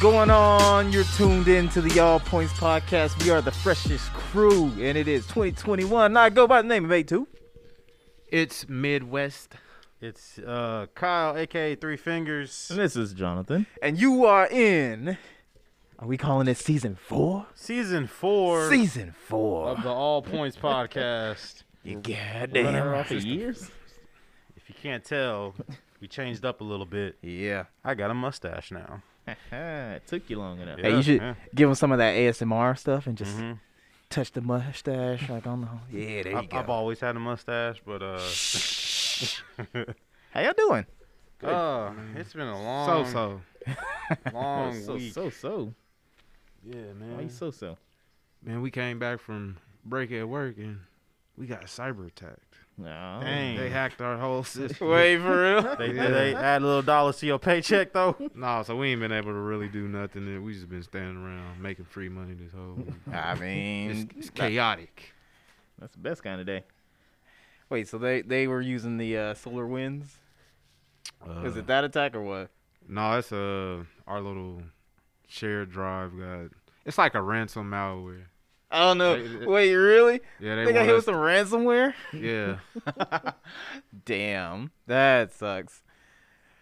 going on? You're tuned in to the All Points Podcast. We are the freshest crew, and it is 2021. Now I go by the name of A2. It's Midwest. It's uh, Kyle, aka Three Fingers, This is Jonathan. And you are in. Are we calling it season four? season four Season four. of the All Points podcast. You goddamn. Running right. off of years? If you can't tell, we changed up a little bit. Yeah. I got a mustache now. it took you long enough. Hey, Yeah, you should yeah. give him some of that ASMR stuff and just Mhm. touch the mustache. Like, I don't know. Yeah, there you I've, go. I've always had a mustache, but uh, How y'all doing? uh, it's been a So long, so. long so, week. so so. Yeah, Why you man. so so? Man, we came back from break at work and we got cyber attacked. No. Dang. They hacked our whole system. for real? They, did they add a little dollars to your paycheck though. No, so we ain't been able to really do nothing. and We just been standing around making free money this whole. week. I It's, mean, it's chaotic. That's the best kind of day. wait. So they they were using the uh, solar winds. Is it that attack or what? No, it's uh our little shared drive got. It's like a ransom malware. I don't know. They- they- Wait, really? Yeah, They, they, got want hit with us, some ransomware? yeah. Damn, that sucks.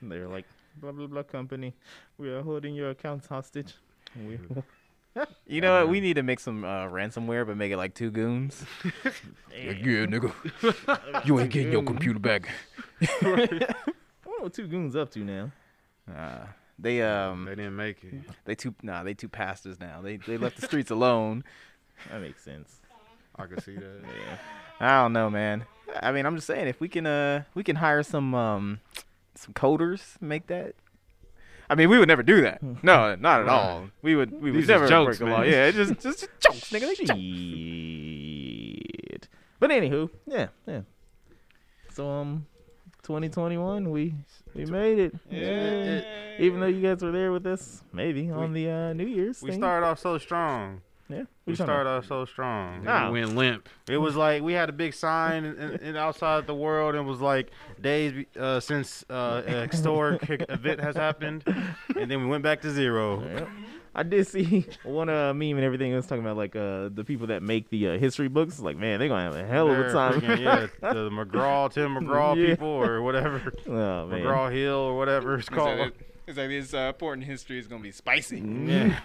They're like, blah, blah, blah company. We are holding your accounts hostage. We You know what? We need to make some uh, ransomware, but make it like two goons. yeah, yeah, nigga. You ain't getting your computer back. what are Oh, two goons up to now? Uh, they um They didn't make it. they two nah they two pastors now. They they left the streets alone. That makes sense. I could see that. Yeah. I don't know, man. I mean, I'm just saying if we can uh we can hire some um some coders make that. I mean, we would never do Hmm. that. No, not at all. We would we would These is never break jokes, the man. law. Yeah, it's just just jokes, nigga. They jokes. Shit. But anywho, yeah, yeah. So um, 2021, we we made it. Yeah. Even though you guys were there with us, maybe on the uh, New Year's. We thing. started off so strong. Yeah. We start. started off so strong. They Nah. went limp. It was like we had a big sign in, in, in outside the world, and was like days be- uh, since uh, a historic event has happened, and then we went back to zero. I did see one uh, meme and everything. It was talking about like uh, the people that make the uh, history books. Like, man, they're gonna have a hell of a They're time. freaking- yeah, the McGraw, Tim McGraw Yeah. people, or whatever, oh man. McGraw Hill, or whatever it's called. It's like this uh, important history is gonna be spicy. Yeah,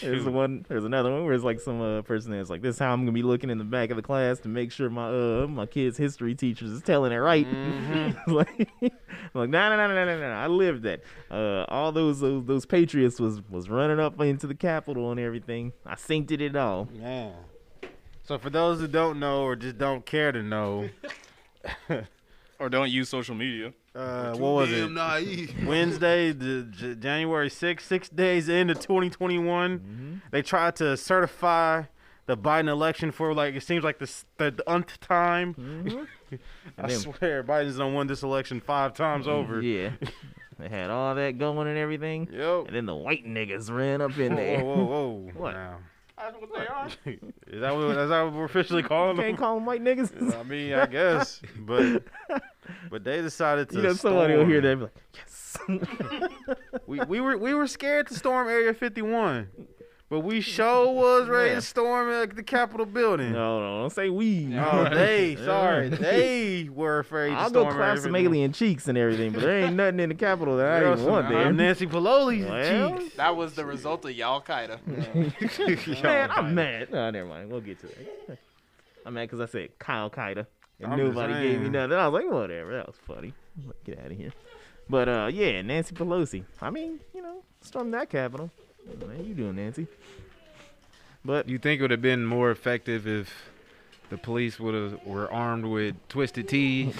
There's the one. There's another one where it's like some uh, person that's like, "This is how I'm gonna be looking in the back of the class to make sure my uh my kids' history teachers is telling it right." Mm-hmm. like, I'm like, no, no, no, no, no, no, I lived that. Uh, all those those those patriots was was running up into the Capitol and everything. I synced it at all. man. So for those who don't know or just don't care to know, Or don't use social media. uh, what was it? naive. Wednesday, the, J- January 6th, six days into 2021, Mm-hmm. they tried to certify the Biden election for like it seems like the s- the, the nth time. I then- swear, Biden's done won this election five times over. Mm-hmm. Yeah, they had all that going and everything, Yep. and then the white niggas ran up in Whoa, there. whoa, whoa, whoa. What? Now. That's what they are. Is that what, is that what we're officially You calling can't them? call them white niggas. I mean, I guess, but but they decided to. You know, somebody will hear that and be like, "Yes." We, we were we were scared to storm Area 51, but we show was ready Yeah. to storm like, the Capitol building. no, no, don't say we. Oh, they, sorry, Alright. they were afraid. to I'll go storm clap Area some 51. alien cheeks and everything, but there ain't nothing in the Capitol that I Girl, even want some there. Nancy Pelosi's Well, cheeks. That was the result of Al Qaeda. Man, I'm mad. Oh, never mind. We'll get to it. I'm mad because I said Kyle Qaeda. And I'm just nobody gave me saying. nothing. I was like, whatever. That was funny. Get out of here. But uh, yeah, Nancy Pelosi. I mean, you know, storm that Capitol. Man, you doing, Nancy? But You think it would have been more effective if the police would have were armed with twisted tea?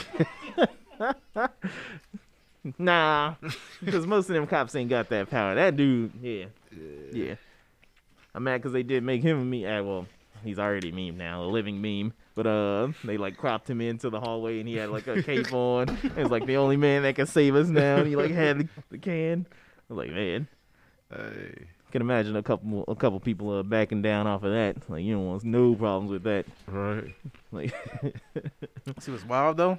Nah, because most of them cops ain't got that power. That dude, yeah, yeah. I'm mad because they did make him a meme. Ah, well, he's already a meme now, a living meme. But uh, they like cropped him into the hallway and he had like a cape on. It was like the only man that can save us now. And he like had the, the can. I was like, man, Hey, can imagine a couple a couple people uh, backing down off of that. Like you don't want no problems with that. right. Like See what's wild though?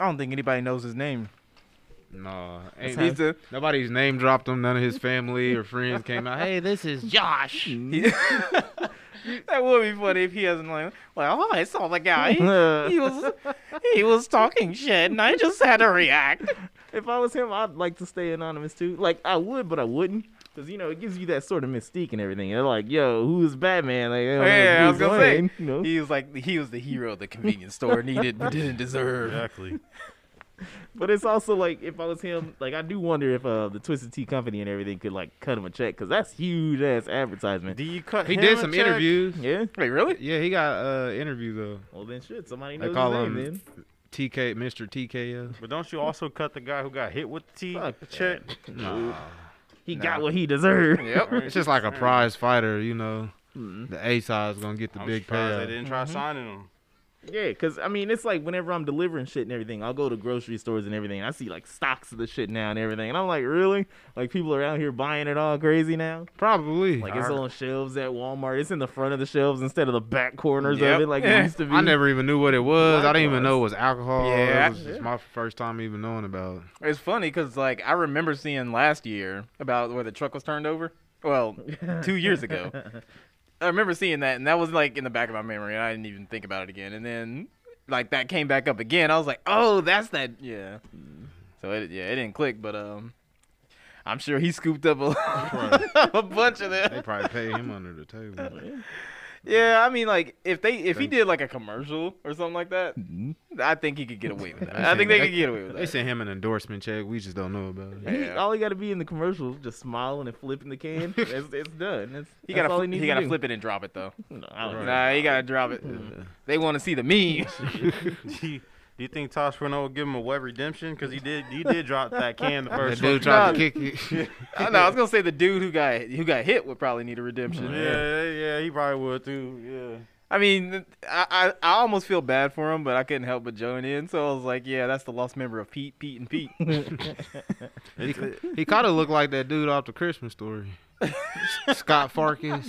I don't think anybody knows his name. No, He's ain't, the, nobody's name dropped him. None of his family or friends came out. Hey, this is Josh. he- that would be funny if he hasn't like, well, I saw the guy. Uh, He was he was talking shit, and I just had to react. if I was him, I'd like to stay anonymous too. Like I would, but I wouldn't, because you know it gives you that sort of mystique and everything. They're like, "Yo, who's Batman?" Like, they don't know Yeah, I who's was gonna say. Wayne, you know? He was like he was the hero the convenience store needed but didn't deserve. Exactly. But it's also like if I was him, like I do wonder if uh, the Twisted Tea company and everything could like cut him a check, because that's huge ass advertisement. Do you cut? He him did a some check? interviews. Yeah. Wait, really? Yeah, he got uh interview though. Well then, shit. Somebody They knows call his name. him Then. TK, Mr. TKO. But don't you also cut the guy who got hit with the T Fuck a check? Nah. He Nah. got what he deserved. Yep. It's just like a prize fighter, you know. Mhm. The A side's gonna get the I'm big surprised They payout. Mm-hmm. didn't try signing him. Yeah, cause I mean, it's like whenever I'm delivering shit and everything, I'll go to grocery stores and everything. I see like stocks of the shit now and everything, and I'm like, really? Like people are out here buying it all crazy now. Probably. Like it's on shelves at Walmart. It's in the front of the shelves instead of the back corners Yep. of it, like Yeah. it used to be. I never even knew what it was. I didn't even Likewise. know it was alcohol. Yeah. It was just my first time even knowing about it. It's funny because like I remember seeing last year about where the truck was turned over. Well, two years ago, I remember seeing that, and that was like in the back of my memory, and I didn't even think about it again. And then like that came back up again. I was like, oh, that's that. Yeah. So it yeah, it didn't click, but um, I'm sure he scooped up a, a bunch of They them. probably paid him under the table. Yeah, I mean like if they if he did like a commercial or something like that, I think he could get away with that. Mm-hmm. I think they could get away with They that. sent him an endorsement check. We just don't know about it. He, Yeah. All he got to be in the commercial, is just smiling and flipping the can. it's, it's done. That's, He that's gotta all fl- he needs he to gotta do. flip it and drop it though. No, I don't- Nah, you gotta drop it. They want to see the memes. do, you, do you think Tosh Renault will give him a web redemption? Because he did, he did drop that can the That first dude one. tried to kick it. I know. I was gonna say the dude who got who got hit would probably need a redemption. Yeah, yeah, he probably would too. I mean, I, I I almost feel bad for him, but I couldn't help but join in. So I was like, yeah, that's the lost member of Pete, Pete, and Pete. he he kind of looked like that dude off the Christmas story. Scott Oh, Farkas.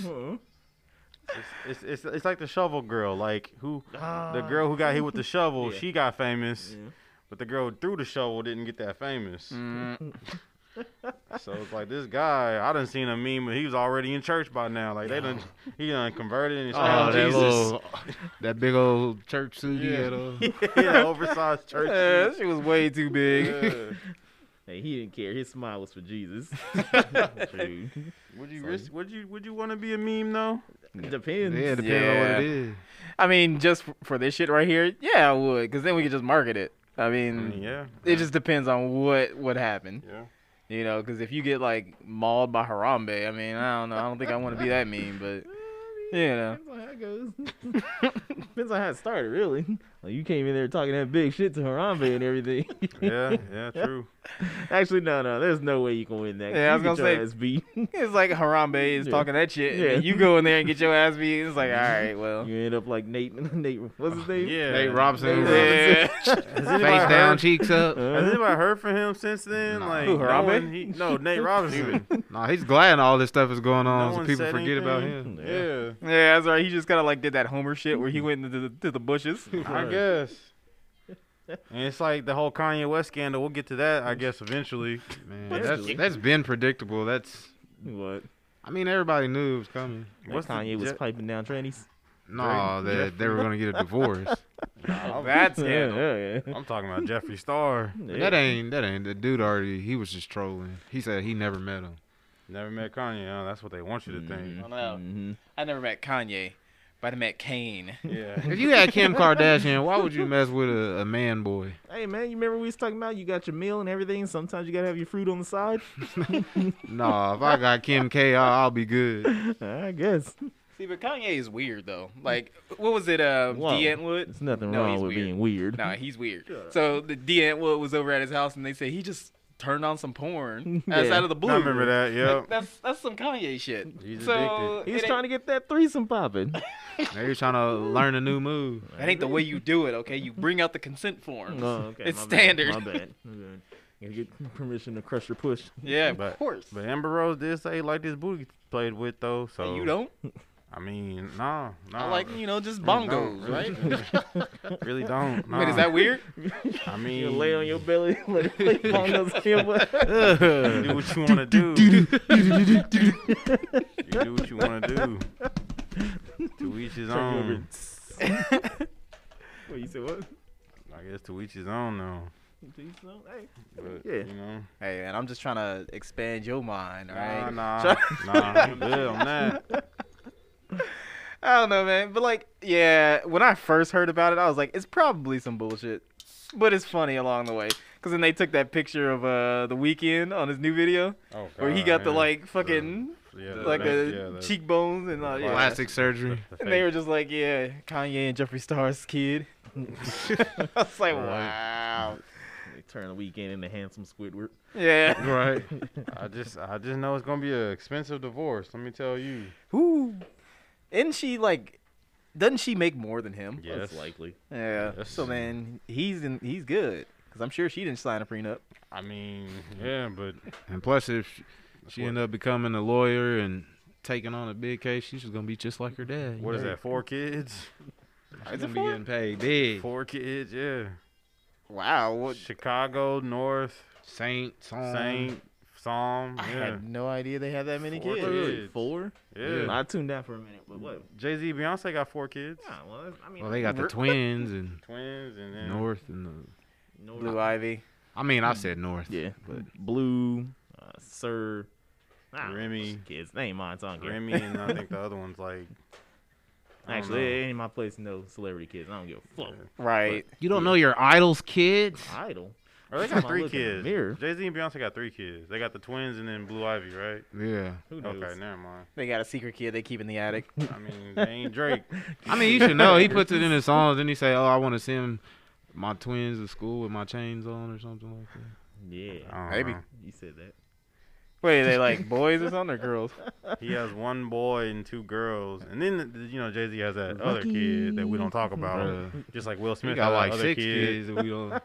Mhm. Yeah, it's, it's it's it's like the shovel girl, like who the Ah. girl who got hit with the shovel, Yeah. she got famous, Yeah. but the girl who threw the shovel didn't get that famous. Mm, So it's like this guy, I done seen a meme, but he was already in church by now. Like they done, he done converted and he's Oh, found that Jesus. little, that big old church suit he Yeah. had on. yeah, oversized church. yeah, shoes. she was way too big. Yeah. Hey, he didn't care. His smile was for Jesus. Dude. Would you So- risk? Would you? Would you want to be a meme though? Depends. Yeah, it depends on Yeah. what it is. I mean, just f- for this shit right here, yeah, I would, because then we could just market it. I mean, yeah. it just depends on what would happen. Yeah. You know, because if you get like mauled by Harambe, I mean, I don't know. I don't think I want to be that mean, but you know. Depends on how it goes. Depends on how it started, really. Like you came in there talking that big shit to Harambe and everything. Yeah. Yeah. True. Actually, no, no, there's no way you can win that. Yeah, I was You get gonna your say- ass beat. you It's like Harambe is Yeah. talking that shit. Yeah. And then you go in there and get your ass beat. It's like, all right, well. end up like Nate. Nate, what's his name? Yeah. Nate Robinson, Yeah. Has face anybody down, heard, cheeks up. Has Uh, anybody heard from him since then? Nah. Like Who, no Harambe? one- he- no, Nate Robinson. Nah, he's glad all this stuff is going No on, so one people said forget about anything. him. yeah. yeah, that's right. He just kind of like did that Homer shit where he went into the, to the bushes. I guess. And it's like the whole Kanye West scandal. We'll get to that, I guess, eventually. Man, What's that's doing? that's been predictable. That's what? I mean everybody knew it was coming. What's the Kanye was Je- piping down trannies. No, Drake- that they were gonna get a divorce. Oh, That's scandal. Yeah, yeah, I'm talking about Jeffree Star. yeah. But that ain't that ain't the dude already. He was just trolling. He said he never met him. Never met Kanye. huh? that's what they want Mm-hmm. you to think. I, know. Mhm. I never met Kanye, but I met Kane. Yeah. If you had Kim Kardashian, why would you mess with a, a man boy? Hey man, you remember we was talking about you got your meal and everything. Sometimes you gotta have your fruit on the side. Nah, if I got Kim K, I, I'll be good. I guess See, but Kanye is weird, though. Like, what was it, uh, Whoa. D. Antwood? there's nothing No, wrong he's with weird. being weird. Nah, he's weird. So the D. Antwood was over at his house, and they said he just turned on some porn Yeah. outside of the blue. I remember that. Yep. That's that's some Kanye shit. He's so He's it trying to get that threesome popping. Now you're trying to learn a new move. ain't- That ain't the way you do it, okay? You bring out the consent forms. Oh, okay. It's my standard. Bad. My bad. My bad. Gotta get permission to crush your push. Yeah, But- of course. But Amber Rose did say he liked his booty played with though. So Hey, you don't? I mean, no, no. I like, you know, just Really bongos, don't. right? really don't. No. Wait, is that weird? I You mean, lay on your belly, like play bongos on your butt. you do what you want to do. you do what you want to do. To each his Turn you over. own. What you said? What? I guess to each his own, though. Hey, But, Yeah. You know. Hey, man, I'm just trying to expand your mind, all right? Nah, nah, nah. I'm good on that. I don't know, man. But like, yeah, when I first heard about it, I was like, it's probably some bullshit, but it's funny along the way. Cause then they took that picture of uh the weekend on his new video Oh, where he God, got the yeah. like fucking yeah, like the, yeah, the- cheekbones and all. yeah. Plastic surgery. the And they were fake- just like, yeah, Kanye and Jeffree Star's kid. I was like, wow. They turn the weekend into handsome Squidward. Yeah. Right. I just, I just know it's gonna be an expensive divorce. Let me tell you. Who? Isn't she like? Doesn't she make more than him? Yes. That's likely. Yeah. Yes. So man, he's in. He's good. Cause I'm sure she didn't sign a prenup. I mean, yeah, but And plus, if she, she ended up becoming a lawyer and taking on a big case, she's just gonna be just like her dad. what is that? Four kids? She's gonna be getting paid big. Four kids? Yeah. Wow. What? Um, Chicago North Saint, Psalm. Saint Psalm. I Yeah. had no idea they had that many Four kids. kids. Really, four? Yeah. I tuned out for a minute, but what? Jay Z, Beyonce got four kids. Nah, well, that's- I mean, Well, they got the We're- twins and Twins and then North and the. no, Blue Ivy. I mean, I said North. Yeah, Blue, uh, Sir, I don't know, Remy. those kids. They ain't mine. So I don't care. Remy and I think the other one's like. I don't Actually, know. it ain't my place. to know celebrity kids. I don't give a fuck. Right. You don't know your idol's kids. Idol. Or they Come got on, three look in the kids. mirror. Jay Z and Beyonce got three kids. They got the twins and then Blue Ivy, right? Yeah. Who knows? Okay, never mind. They got a secret kid they keep in the attic. I mean, they ain't Drake. I mean, you should know. He puts it in his songs, and he say, "Oh, I want to send my twins to school with my chains on, or something like that." Yeah, I don't Maybe. know. you said that. Wait, they like boys or something or girls? He has one boy and two girls, and then the- you know Jay Z has that other kid that we don't talk about, Bruh. just like Will He Smith got had that like other six kid. kids, and we don't.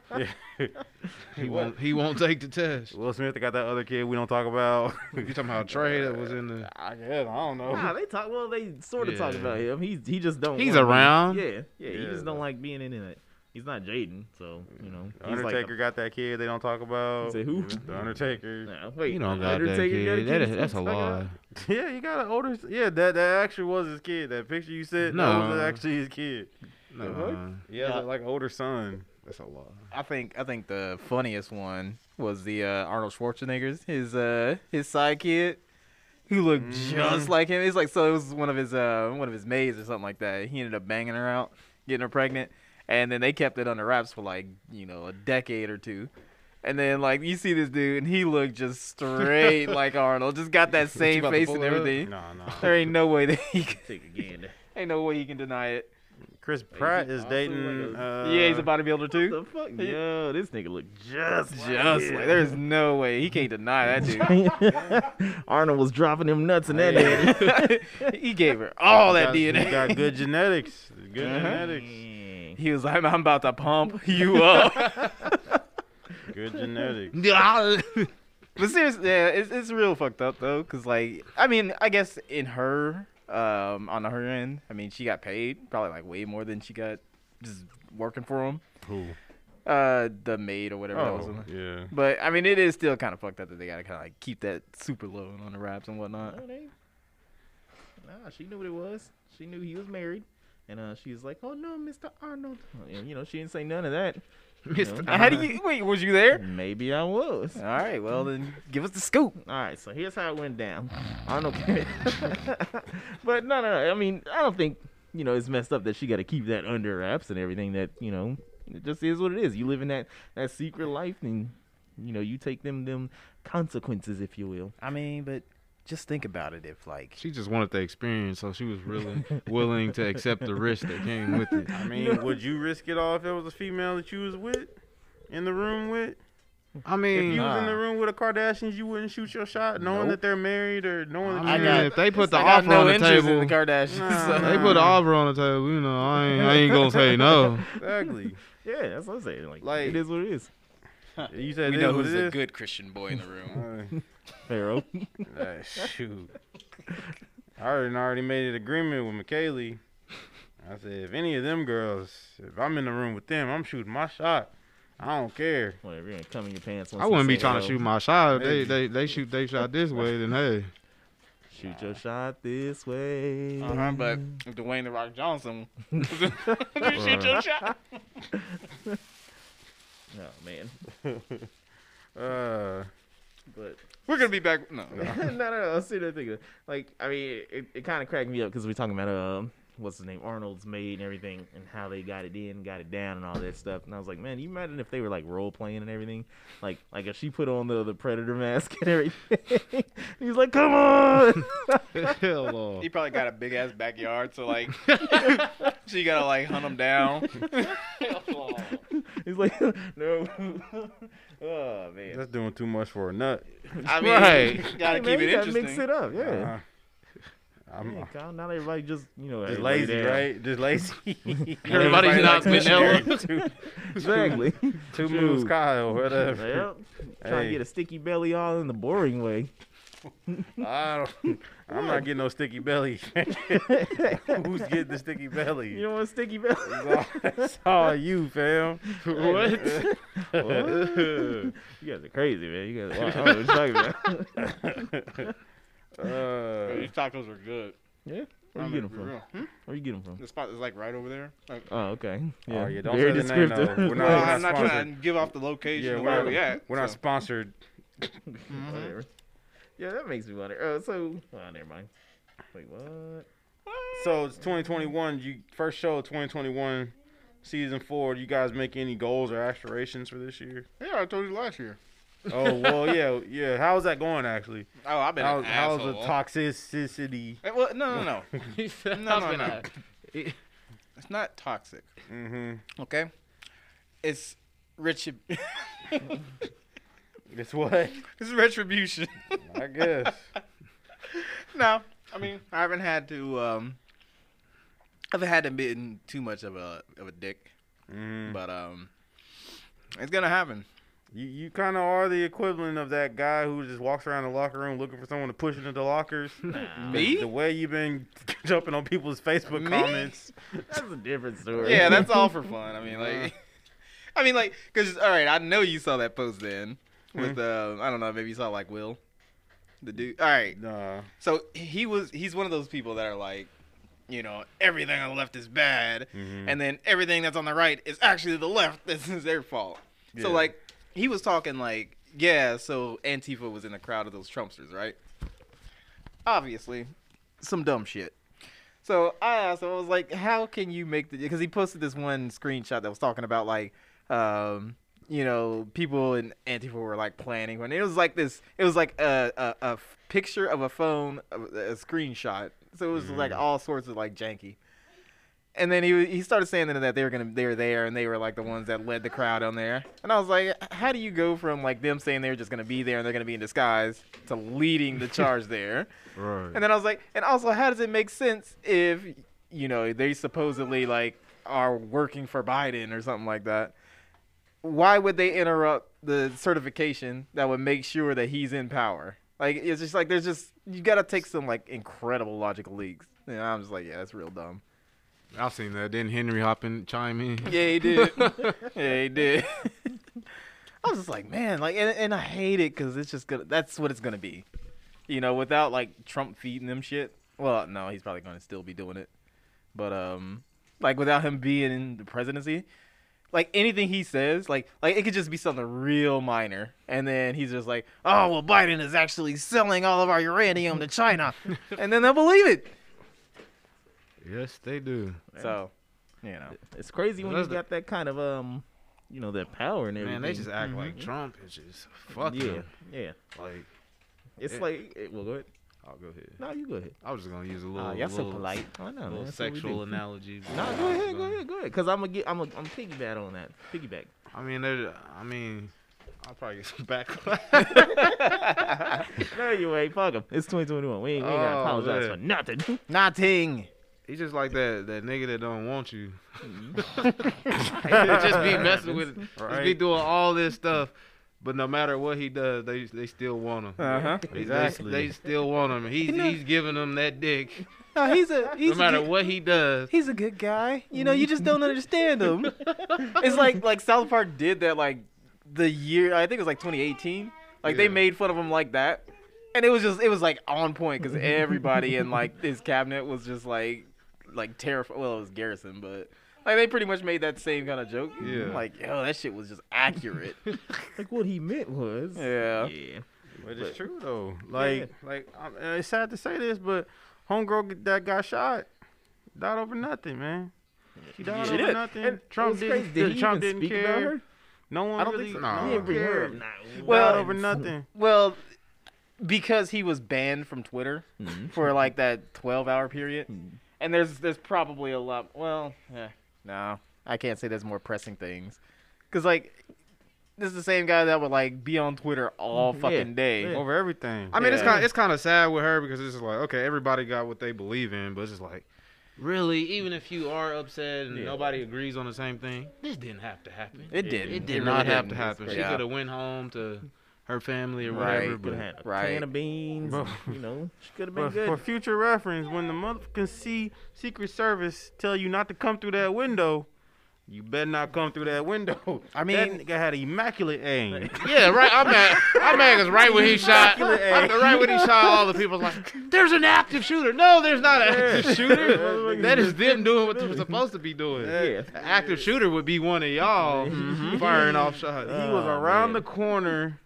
What? He won't. He won't take the test. Will Smith got that other kid we don't talk about. You talking about Trey that was in the? I guess I don't know. Nah, they talk. Well, they sort of talk Yeah. about him. He's he just don't. Oh. He's wanna be- around. yeah, yeah, He Yeah, just though. don't like being in it. He's not Jaden, so you know. The He's like Undertaker got that kid they don't talk a- about. say who? The Undertaker. Nah, wait, You don't the got that Undertaker got a kid. kid That he's is, that's a fucking lie. out? Yeah, he got an older. Yeah, that that actually was his kid. That picture you said, that was No. actually his kid. No, Yeah, Yeah. like an older son. that's a lie. I think I think the funniest one was the uh, Arnold Schwarzenegger's his uh his side kid who looked Mm-hmm. just like him. It's like so it was one of his uh one of his maids or something like that. He ended up banging her out, getting her pregnant, and then they kept it under wraps for like you know a decade or two. And then like you see this dude and he looked just straight like Arnold, just got that same about to face pull and it up? everything. No, no. There ain't no way that he can, Take again. ain't no way he can deny it. Chris Pratt he is also dating. like uh, yeah, he's a bodybuilder What too. the fuck? Yo, this nigga look just like Just him. like there's no way he can't deny that dude. Arnold was dropping him nuts in that Hey. day. he gave her all that got- DNA. He got good genetics. Good Uh-huh. genetics. Dang. He was like, I'm about to pump you up. Good genetics. but seriously, yeah, it's, it's real fucked up though, cause like, I mean, I guess in her, um, on her end, I mean, she got paid probably like way more than she got just working for him, Who? uh, the maid or whatever that was. Oh, yeah. But I mean, it is still kind of fucked up that they gotta kind of like keep that super low and on the wraps and whatnot. No, Oh, they- Nah, she knew what it was. She knew he was married. And uh, she was like, oh no, Mr. Arnold. And, you know, she didn't say none of that. Mr. How do you wait? Was you there? Maybe I was. All right, well then, give us the scoop. All right, so here's how it went down. Arnold. came- but no, no, no. I mean, I don't think, you know, it's messed up that she got to keep that under wraps and everything that, you know, it just is what it is. You live in that, that secret life and, you know, you take them, them consequences, if you will. I mean, but just think about it. If like She just wanted the experience, so she was really willing to accept the risk that came with it. I mean, would you risk it all if it was a female that you was with? In the room with? I If mean, you was in the Nah. room with the Kardashians, you wouldn't shoot your shot knowing that they're married or knowing that I mean, you're- got- if they put the I got offer no on the interest table, in the Kardashians. Nah, so- they put the offer on the table. You know, I ain't, I ain't gonna say no. Exactly. Yeah, that's what I'm saying. Like, Like- it is what it is. You said We it know is what who's it a is? good Christian boy in the room. Uh, Pharaoh. uh, shoot. I already, I already made an agreement with McKaylee. I said, if any of them girls, if I'm in the room with them, I'm shooting my shot. I don't care. Well, if you're gonna come in your pants. once I they wouldn't be say, trying "Oh, to shoot my shot. If They they they shoot they shot this way. Then hey, Shoot your shot this way. Uh-huh. Uh huh. But if Dwayne the Rock Johnson, shoot your shot. Oh man, Uh, but We're gonna be back. No. no, no, no. See that thing. Like, I mean, it, it kind of cracked me up because we're talking about um, what's his name, Arnold's maid and everything, and how they got it in, got it down, and all that stuff. And I was like, man, you imagine if they were like role playing and everything, like, like if she put on the the predator mask and everything. He's like, come on. hell no. He probably got a big ass backyard, so like, she gotta like hunt him down. He's like, no. oh man. that's doing too much for a nut. I mean, Right. gotta Hey, man, keep it you gotta interesting. Mix it up, yeah. Uh, Yeah, I'm uh, Kyle, not everybody just you know just everybody lazy, there. right? Just lazy. Everybody's not likes vanilla. missionary. two, Exactly. two moves, Kyle. Whatever. Well, trying to Hey. get a sticky belly all in the boring way. I don't, I'm not getting no sticky belly. Who's getting the sticky belly? You don't want sticky belly. That's all- that's all you, fam. What? you guys are crazy, man. You guys, wow, I don't know what you're talking about. Bro, Uh, These tacos are good. yeah, where I'm gonna you get them be from? real. Hmm? Where you get them from? The spot is like right over there. Like, Oh, okay. Oh, Yeah, yeah, don't very say the name, though. descriptive. We're no, not- we're I'm not trying sponsored. to give off the location yeah, of we're, where not, we at. we're not so. sponsored. Whatever. Yeah, that makes me wonder. Oh, so oh, never mind. Wait, what? So it's 2021. You first show of 2021, season four. Do you guys make any goals or aspirations for this year? Yeah, I told you last year. Oh well, yeah, yeah. How's that going actually? Oh, I've been How's, an how's the asshole. toxicity? Eh, well, no, no, no. no, No, no, no. It's not toxic. Mm-hmm. Okay. It's retri- It's what It's retribution. I guess. no, I mean I haven't had to. um I haven't had to be in too much of a of a dick, Mm. but um, it's gonna happen. You you kind of are the equivalent of that guy who just walks around the locker room looking for someone to push into the lockers. Me? The way you've been jumping on people's Facebook Me? comments. That's a different story. Yeah, that's all for fun. I mean, Uh-huh. like, I mean, like, cause all right, I know you saw that post then with Mm. uh, I don't know, maybe you saw like Will, the dude. All right, Nah. so he was he's one of those people that are like, you know, everything on the left is bad, Hmm. mm-hmm. and then everything that's on the right is actually the left. This is their fault. So Yeah. like, he was talking like, yeah, so Antifa was in the crowd of those Trumpsters, right? Obviously, some dumb shit. So I asked him, I was like, how can you make the? Because he posted this one screenshot that was talking about like, um, you know, people in Antifa were like planning when it was like this. It was like a a, a f- picture of a phone, a, a screenshot. So it was like all sorts of like janky. And then he wa- he started saying that they were gonna they were there and they were like the ones that led the crowd on there. And I was like, how do you go from like them saying they're just gonna be there and they're gonna be in disguise to leading the charge there? Right. And then I was like, and also, how does it make sense if you know they supposedly like are working for Biden or something like that? Why would they interrupt the certification that would make sure that he's in power? Like it's just like there's just you gotta take some like incredible logical leaps. And I'm just like, yeah, that's real dumb. I've seen that. Then Henry Hoppin chime in. Yeah, he did. yeah, he did. I was just like, man, like, and, and I hate it because it's just gonna. That's what it's gonna be, you know. Without like Trump feeding them shit. Well, no, he's probably gonna still be doing it, but um, like without him being in the presidency, like anything he says, like like it could just be something real minor, and then he's just like, oh well, Biden is actually selling all of our uranium to China, and then they'll believe it. Yes, they do. So, you know, It's crazy when you That's the- got that kind of um, you know, that power and everything. Man, they just Mm-hmm. act like Trump is just fucking yeah, yeah. like. It's Yeah. like, it, well, go ahead. I'll go ahead. No, you go ahead. I was just gonna use a little, Oh, y'all so little, polite. I know. little man, that's what we sexual do. analogy. but- No, go ahead, go ahead, go ahead. Cause I'm gonna get, I'm gonna, I'm piggyback on that. Piggyback. I mean, they're- I mean, I'll probably get some backlash. No, you ain't. Fuck 'em. It's 2021. We ain't, we ain't gotta Oh, apologize man. for nothing. nothing. He's just like that that nigga that don't want you. Mm-hmm. he just be messing with it. Just be Right. doing all this stuff But no matter what he does, they they still want him. Uh Uh-huh. huh. They- Exactly. They, they still want him. He's he's giving them that dick. No, he's a he's No matter a good, what he does. he's a good guy. You know, you just don't understand him. It's like like South Park did that like the year I think it was like 2018. Like they Yeah. made fun of him like that, and it was just it was like on point because everybody in like his cabinet was just like like terrified. Well, it was Garrison, but like they pretty much made that same kind of joke. Yeah. Like yo, that shit was just accurate. Like what he meant was. Yeah. Yeah. But it's true though. Like, like I'm, uh, it's sad to say this, but homegirl g- that got shot died over nothing, man. She died She over did. nothing. And Trump It was crazy. didn't. Did he Trump even didn't speak care. about her? No one I don't really. think so. No Nah. He one didn't bring her up. cared. Nah, Died Well- over nothing. Well, because he was banned from Twitter Mhm. for like that 12 hour period, Mhm. and there's there's probably a lot. Well, eh, no, I can't say there's more pressing things, because like this is the same guy that would like be on Twitter all Mhm. Yeah, fucking day. yeah. Over everything. I mean, it's Yeah. kind it's kind of sad with her because it's just like okay, everybody got what they believe in, but it's just like really, even if you are upset and Yeah. nobody agrees on the same thing, this didn't have to happen. It did. It It did really not have to didn't. happen. She Yeah. could have went home to her family or Right. whatever. Could But have had a Right. can of beans. Bro. and, You know, she could have been But for good. future reference, when the motherfucking C Secret Service tell you not to come through that window, you better not come through that window. I that mean, nigga had immaculate aim. yeah, right. I'm mad. I'm mad because right when he shot, after right when he shot, all the people was like, "There's an active shooter." No, there's not an active shooter. That is them doing what they were supposed to be doing. Yeah. An active shooter would be one of y'all firing off shots. Uh, he was Oh, around man. the corner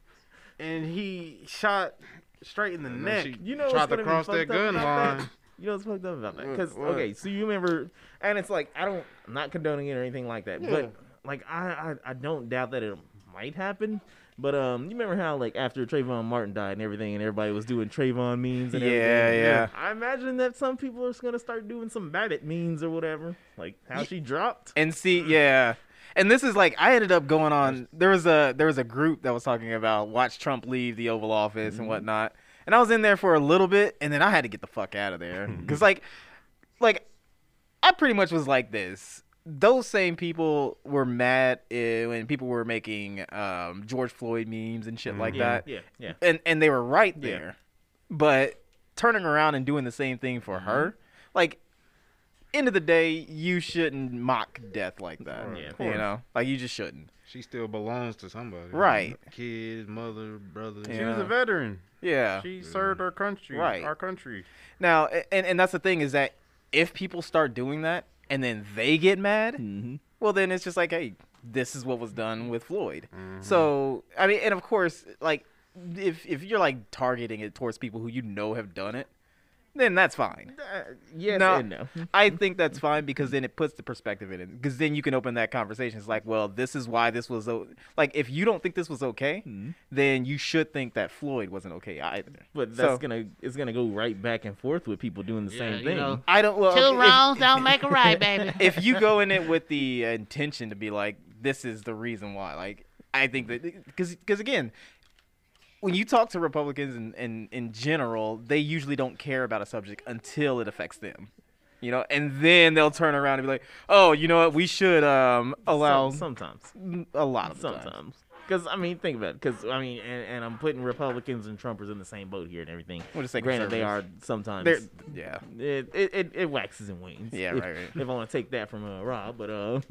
and he shot straight in the And neck. then she You know what's tried to gonna be cross fucked that up gun about that? line. You know what's fucked up about that? What- Because what? okay, so you remember, and it's like I don't, I'm not condoning it or anything like that, but like I, I, I don't doubt that it might happen. But um, you remember how like after Trayvon Martin died and everything, and everybody was doing Trayvon memes and Yeah, everything. yeah. I imagine that some people are just gonna start doing some Babbitt memes or whatever, like how she dropped. and see yeah and this is like i ended up going on there was a there was a group that was talking about watch trump leave the oval office and whatnot and i was in there for a little bit and then i had to get the fuck out of there because like like i pretty much was like this those same people were mad eh, when people were making um, george floyd memes and shit like Yeah, that yeah, yeah. and and they were right Yeah. there but turning around and doing the same thing for Mm-hmm. her like end of the day you shouldn't mock death like that Right. Yeah, of you know like you just shouldn't She still belongs to somebody. Right. Kids, mother, brother. She was Yeah. a veteran. yeah She served our country. Right. Our country. now a- and, and that's the thing is that if people start doing that and then they get mad Mm-hmm. well then it's just like hey this is what was done with floyd Mm-hmm. so i mean and of course like if if you're like targeting it towards people who you know have done it then that's fine Uh, Yes No. and no. I think that's fine because then it puts the perspective in it. Because then you can open that conversation. It's like, well, this is why this was o- like. If you don't think this was okay, Mm-hmm. then you should think that Floyd wasn't okay either. But that's So- gonna it's gonna go right back and forth with people doing the same you thing. know. I don't. Well, if, don't make a right, baby. if you go in it with the intention to be like, this is the reason why. Like, I think that because because again, when you talk to Republicans and in, in, in general, they usually don't care about a subject until it affects them. You know, and then they'll turn around and be like, "Oh, you know what? We should um allow Some- sometimes. a lot of the time. sometimes. Because I mean, think about it. Because I mean, and, and I'm putting Republicans and Trumpers in the same boat here and everything. We'll just say Granted, they are conservatives. sometimes. They're, yeah. It, it, it, it waxes and wanes. Yeah, if, right, right. If I want to take that from uh, Rob, but uh,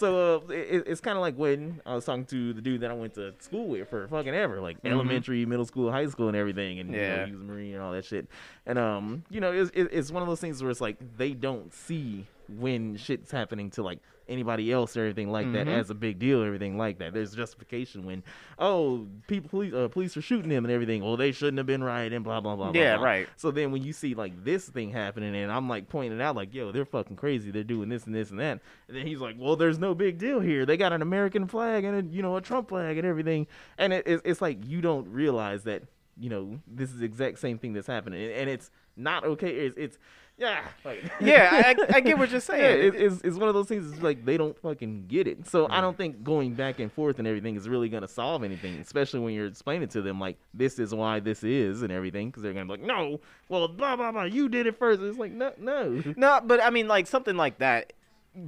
so uh, it, it's kind of like when I was talking to the dude that I went to school with for fucking ever, like elementary, middle school, high school, and everything, and you know, Mm-hmm. Yeah. he was a Marine and all that shit. And um, you know, it's, it, it's one of those things where it's like they don't see when shit's happening to like anybody else or everything like that Mm-hmm. as a big deal or everything like that. There's justification when oh, people police uh, police are shooting him and everything. Well, they shouldn't have been rioting, blah blah blah. blah, Yeah, blah. right. So then when you see like this thing happening and I'm like pointing out like, yo, they're fucking crazy. They're doing this and this and that. And then he's like, well, there's no big deal here. They got an American flag and a, you know a Trump flag and everything. And it, it's, it's like you don't realize that you know this is the exact same thing that's happening and, and it's not okay. It's, it's yeah, like, Yeah, I, I I get what you're saying. yeah, it, it's, it's one of those things. It's like they don't fucking get it. So I don't think going back and forth and everything is really gonna solve anything, especially when you're explaining to them like this is why this is and everything, because they're gonna be like, no, well, blah blah blah, you did it first. It's like no, no. no, but I mean, like something like that,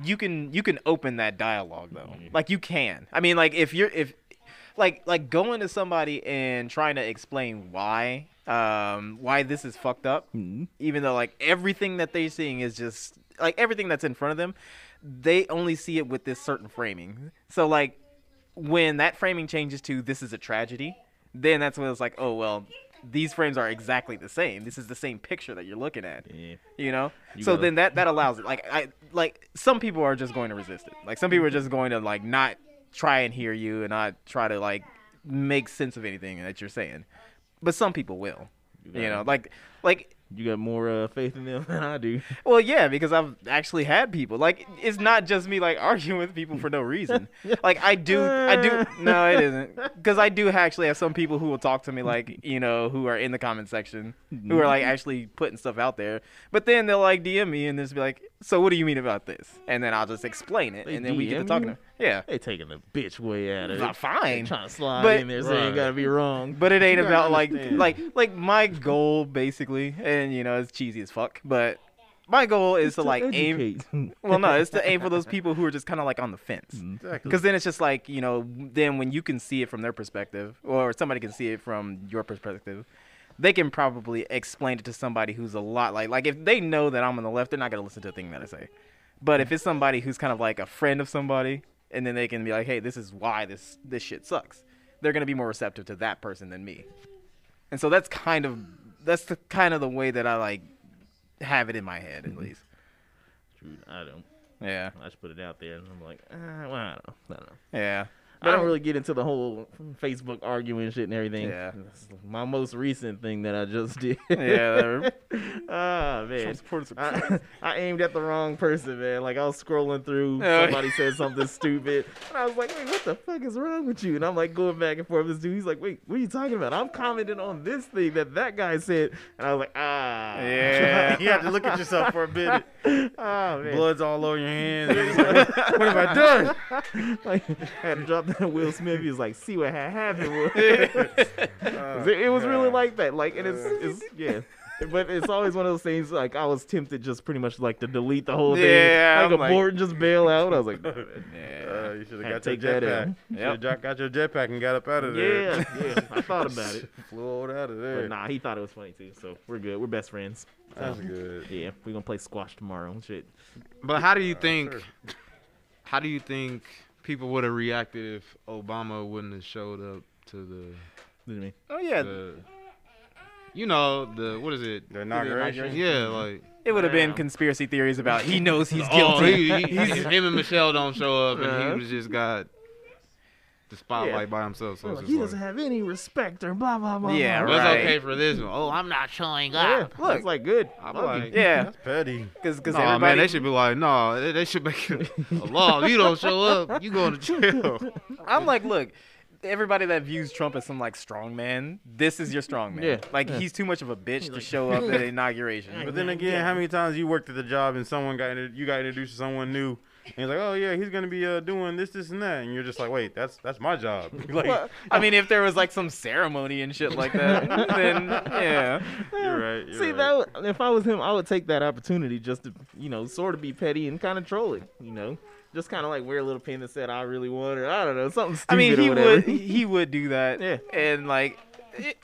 you can you can open that dialogue though. Like you can. I mean, like if you're if like like going to somebody and trying to explain why um why this is fucked up even though like everything that they're seeing is just like everything that's in front of them they only see it with this certain framing so like when that framing changes to this is a tragedy then that's when it's like oh well these frames are exactly the same this is the same picture that you're looking at Yeah. you know You so gotta- then that that allows it like i like some people are just going to resist it like some people are just going to like not try and hear you and not try to like make sense of anything that you're saying but some people will you know like like You got more uh, faith in them than I do. well yeah because i've actually had people like it's not just me like arguing with people for no reason like i do i do no it isn't because i do actually have some people who will talk to me like you know who are in the comment section who are like actually putting stuff out there but then they'll like dm me and just be like so what do you mean about this and then i'll just explain it They and then we get to DM talking you? yeah They taking the bitch way out of Not it. fine Trying to slide But- in there, saying you gotta be wrong. but it ain't gotta about like understand. like like my goal basically and you know it's cheesy as fuck but my goal is to like aim aim. well no it's to aim for those people who are just kind of like on the fence Exactly. because then it's just like you know then when you can see it from their perspective or somebody can see it from your perspective they can probably explain it to somebody who's a lot like like if they know that i'm on the left they're not going to listen to a thing that i say but if it's somebody who's kind of like a friend of somebody and then they can be like hey this is why this this shit sucks they're going to be more receptive to that person than me and so that's kind of that's the kind of the way that i like have it in my head at least Dude, I don't. yeah I just put it out there, and I'm like, uh, well, I don't, know. I don't know. yeah I don't really get into the whole Facebook arguing shit and everything. Yeah. This is my most recent thing that I just did. yeah Ah man. Uh, I, I aimed at the wrong person, man. Like I was scrolling through, Oh. somebody said something stupid, and I was like, "Wait, what the fuck is wrong with you?" And I'm like going back and forth. with This dude, he's like, "Wait, what are you talking about?" I'm commenting on this thing that that guy said, and I was like, "Ah, yeah you have to look at yourself for a bit. ah, man." Blood's all over your hands. You're just like, what have I done? like I had to drop that Will Smith. He was like, "See what had happened." Will." 'Cause it, it was really like that. Like, and it's, it's yeah. But it's always one of those things. Like I was tempted, just pretty much like to delete the whole thing, Yeah, like I'm like- abort and just bail out. I was like, Uh, you should Had have got to take your that jetpack. in. You should have got your jetpack and got up out of there. yeah, yeah. I thought about it, Flew all out of there. but nah, he thought it was funny too. So we're good. We're best friends. That's good. Yeah, we're gonna play squash tomorrow and shit. But how do you think? How do you think people would have reacted if Obama wouldn't have showed up to What do you mean? Oh the, yeah, the you know, the what is it? The inauguration. Yeah, like it would have been Yeah. conspiracy theories about he knows he's oh, guilty. he, he, if him and Michelle don't show up, and he was just got the spotlight Uh-huh. Yeah. by himself. So it's Like, just he like, doesn't have any respect or blah blah blah. Yeah, blah. "Well, it's right. okay for this one. Oh, I'm not. showing Yeah, up. look, it's like good. I'm Love you. like, yeah, That's petty. because No, man, they should be like, no, they, they should make it a law. If you don't show up, you going to jail. I'm like, look, everybody that views Trump as some like strong man, this is your strong man. Yeah, like he's too much of a bitch to show up at But inauguration. then again, how many times you worked at the job and someone got inter- you got introduced to someone new, and he's like, "Oh yeah, he's gonna be uh, doing this, this, and that," and you're just like, "Wait, that's that's my job." like, I mean, if there was like some ceremony and shit like that, then yeah, you're right. You're See right. that would- if I was him, I would take that opportunity just to you know sort of be petty and kind of troll it, you know, just kind of like wear a little pin that said I really want or I don't know something stupid I mean, he or whatever. would he would do that. Yeah. and like. It,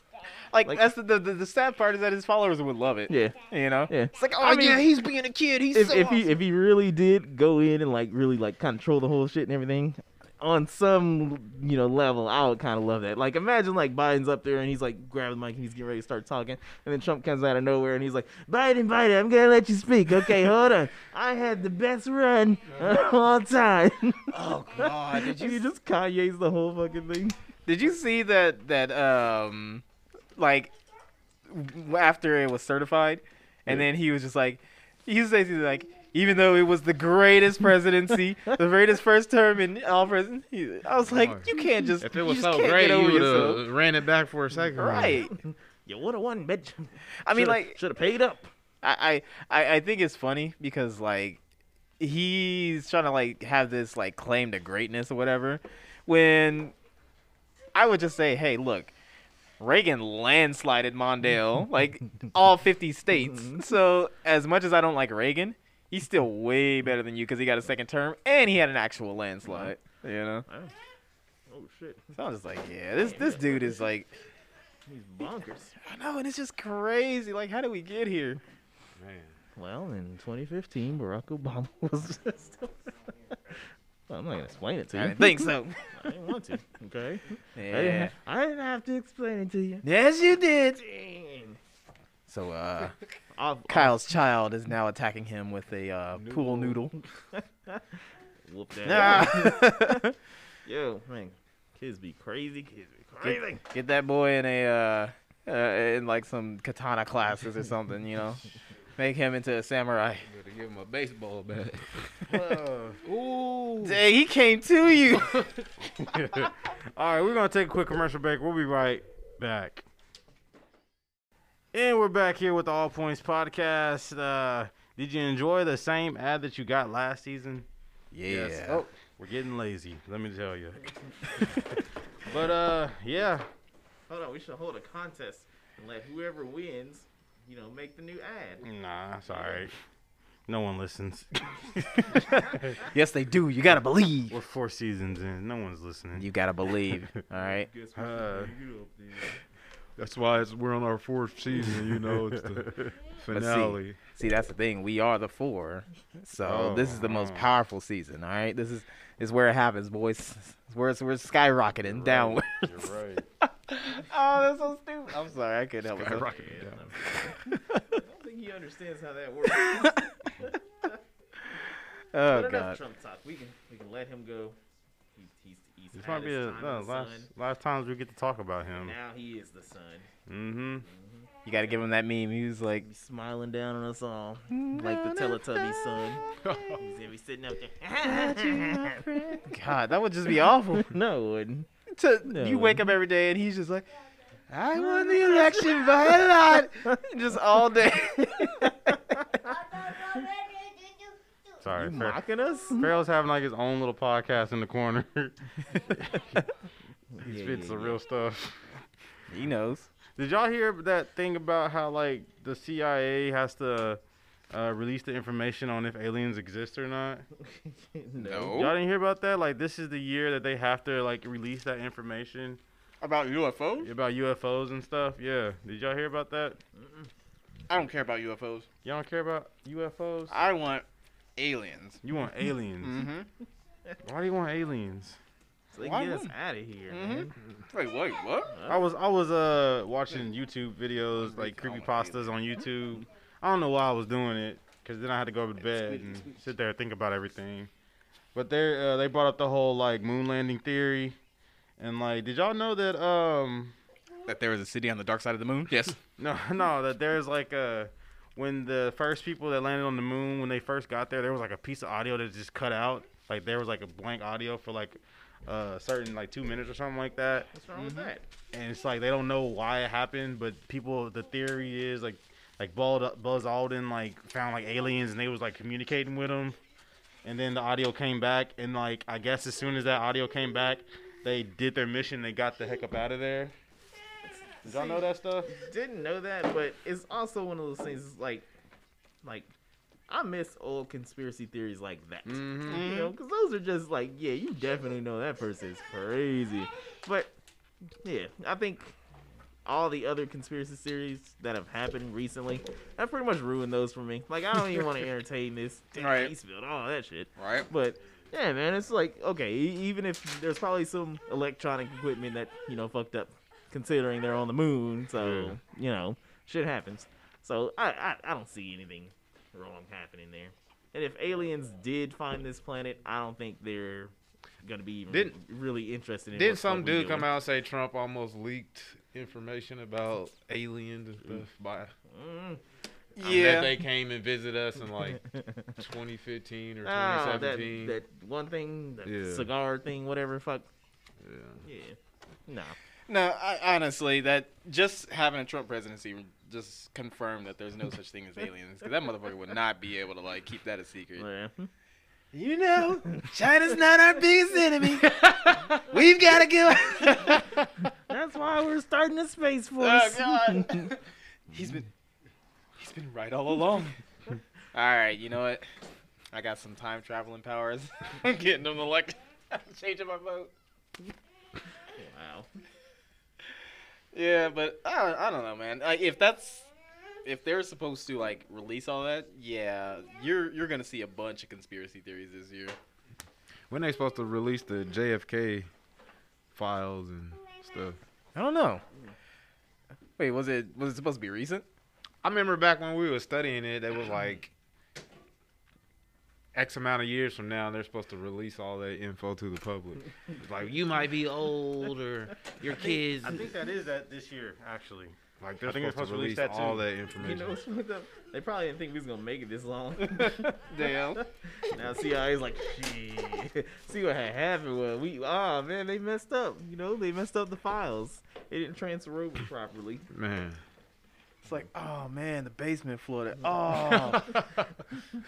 like, Like- that's the, the the sad part is that his followers would love it. yeah. you know. Yeah. It's like, oh I mean, yeah, he's being a kid. He's If, so if he if he really did go in and like really like control the whole shit and everything, on some you know level, I would kind of love that. Like imagine like Biden's up there and he's like grabbing the mic and he's getting ready to start talking, and then Trump comes out of nowhere and he's like, Biden, Biden, I'm gonna let you speak. Okay, hold on. I had the best run of all time. Oh god, did He you just Kanye's the whole fucking thing. did you see that that um like w- after it was certified and then he was just like he was basically like even though it was the greatest presidency, the greatest first term in all presidents, he- I was like, Lord. you can't just If it was you just so can't great, get you over would yourself. have ran it back for a second. Right. You would have won, bitch. I mean, like, should have paid up. I, I I- I think it's funny because like he's trying to like have this like claim to greatness or whatever when I would just say, hey, look, Reagan landslided Mondale like all 50 states. So as much as I don't like Reagan, he's still way better than you because he got a second term and he had an actual landslide. You know? It Oh shit, So I'm just like, yeah, this this dude is like, he's bonkers. I know, and it's just crazy. Like, how did we get here? Man. Well, in 2015, Barack Obama was just. Well, I'm not gonna explain it to you. I didn't think so. I didn't want to. Okay. I, didn't Yeah. have, I didn't have to explain it to you. Yes, you did. So, uh, Off, Kyle's child is now attacking him with a uh, pool noodle. whoop that. Ah. Yo, man, kids be crazy. Kids be crazy. Get that boy in a uh, uh, in like some katana classes or something, you know. Make him into a samurai. Better give him a baseball bat. Dang, he came to you. All right, we're gonna take a quick commercial break. We'll be right back. And we're back here with the All Points Podcast. Uh, did you enjoy the same ad that you got last season? Yeah. Oh, we're getting lazy. Let me tell you. but uh, yeah, Hold on, we should hold a contest and let whoever wins, you know, make the new ad. nah, sorry. No one listens. Yes, they do. You gotta believe. We're four seasons in. No one's listening. You gotta believe. All right. Guess we Uh, should do it then. That's why it's, we're on our fourth season. You know, it's the see. finale. See, that's the thing. We are the four. So this is the most powerful season. All right. This is is where it happens, boys. It's where it's, we're skyrocketing downward. You're right. oh, that's so stupid. I'm sorry. I couldn't help myself. Skyrocketing down. I don't think he understands how that works. Oh but enough god. Trump talk. We can we can let him go. He's he's, he's This had might be the his time the as last son. last times we get to talk about him. Now he is the son. Mm-hmm. You gotta give him that meme. He was like, He's smiling down on us all, Mm-hmm. like the Teletubby son. he's gonna be sitting up there. God, that would just be awful. no, it wouldn't. to No. you wake up every day and he's just like, I won the election by a lot, just all day. Sorry. You fair- mocking us? Farrell's having like his own little podcast in the corner. he Yeah, spits yeah, the yeah. real stuff. he knows. Did y'all hear that thing about how like the CIA has to uh, release the information on if aliens exist or not? no. Y'all didn't hear about that? Like this is the year that they have to like release that information About UFOs? about UFOs and stuff. Yeah. Did y'all hear about that? I don't care about UFOs. Y'all don't care about UFOs? I want aliens. You want aliens? Mm-hmm. Why do you want aliens? So they Why can get us wouldn't? out of here, Mhm. man. Wait, wait, what? I was I was uh watching YouTube videos like creepy pastas on YouTube. I don't know why I was doing it because then I had to go to bed and sit there and think about everything. But they uh, they brought up the whole like moon landing theory, and like did y'all know that um That there is a city on the dark side of the moon? Yes. no no that there's like a when the first people that landed on the moon when they first got there there was like a piece of audio that just cut out like there was like a blank audio for like uh certain like two minutes or something like that What's wrong with Mm-hmm. that? and it's like they don't know why it happened, but people the theory is like like Buzz, Buzz Alden like found like aliens and they was like communicating with them, and then the audio came back and like I guess as soon as that audio came back, they did their mission. They got the heck up out of there. Did y'all know that stuff? Didn't know that, but it's also one of those things. It's like, like, I miss old conspiracy theories like that. Mm-hmm. You know, because those are just like, yeah, you definitely know that person is crazy. But yeah, I think all the other conspiracy theories that have happened recently, that pretty much ruined those for me. Like, I don't even want to entertain this. Damn, Right. he spilled all that shit. Right. But yeah, man, it's like okay, e- even if there's probably some electronic equipment that you know fucked up, considering they're on the moon, so you know shit happens. So I, I I don't see anything wrong happening there. And if aliens did find this planet, I don't think they're gonna be even Didn't- really interested in. Did what- some what we dude come doing. out and say Trump almost leaked information about aliens and stuff by Mm. and that Yeah. they came and visited us in like 2015 or Ah, that 2017? that one thing, that Yeah. cigar thing, whatever. Fuck yeah. yeah, no. No, I, honestly, that just having a Trump presidency just confirmed that there's no such thing as aliens because that motherfucker would not be able to like keep that a secret. Yeah. You know, China's not our biggest enemy. We've got to go. That's why we're starting the space force. Oh God. he's been he's been right all along. all right, you know what? I got some time traveling powers. I'm getting them elected. I'm changing my vote. Wow. Yeah, but I, I don't know, man. Like, if that's if they're supposed to like release all that, yeah, you're you're gonna see a bunch of conspiracy theories this year. When they supposed to release the JFK files and stuff? I don't know. Wait, was it was it supposed to be recent? I remember back when we were studying it, they was like X amount of years from now, they're supposed to release all that info to the public. It's like you might be old or your kids. I think that is that this year, actually. like they're I think supposed, they're to release that all too. that You information. know what's fucked up? They probably didn't think we was gonna make it this long. Damn. now CIA's like, shit. See what had happened was we ah man, they messed up. You know, they messed up the files. They didn't transfer over properly. Man, It's like, oh man, the basement flooded. Oh,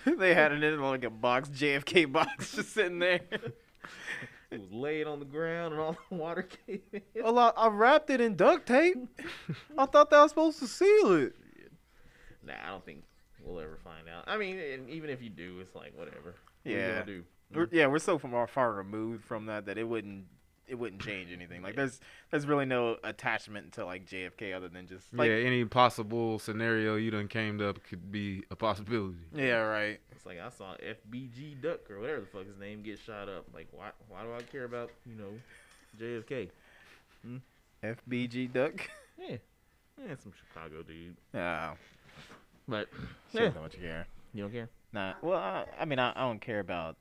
they had it in like a box, JFK box, just sitting there. It was laid on the ground and all the water came in. Well, I, I wrapped it in duct tape. I thought that I was supposed to seal it. Nah, I don't think we'll ever find out. I mean, and even if you do, it's like whatever. What you gonna Yeah, do? we're, yeah, we're so far far removed from that that it wouldn't it wouldn't change anything. Like, there's there's really no attachment to like JFK other than just like yeah, any possible scenario you done came up could be a possibility. yeah right. It's like I saw FBG Duck or whatever the fuck his name get shot up. Like why? Why do I care about you know JFK? FBG duck. Yeah, yeah, some Chicago dude. No, But yeah. yeah, not much care. you don't care. Nah, well, I, I mean, I, I don't care about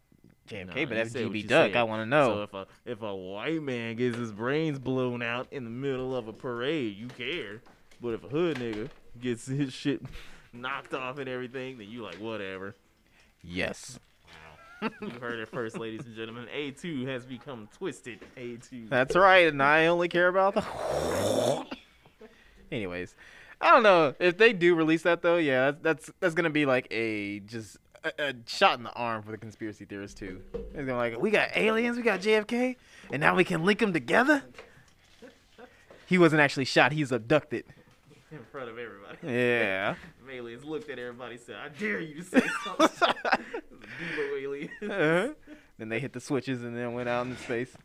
JFK, Nah, but you said what FGB you duck, said. I want to know. So if a if a white man gets his brains blown out in the middle of a parade, you care. But if a hood nigga gets his shit knocked off and everything, then you like whatever. yes, You heard it first, ladies and gentlemen. A two has become twisted. A two. that's right, and I only care about the. Anyways, I don't know if they do release that though. Yeah, that's that's, that's gonna be like a just a, a shot in the arm for the conspiracy theorists too. It's gonna be like we got aliens, we got JFK, and now we can link them together. He wasn't actually shot; he's abducted. in front of everybody. Yeah. Aliens looked at everybody and said, I dare you to say something. Debo alien. They Uh-huh. Then they hit the switches and then went out into space.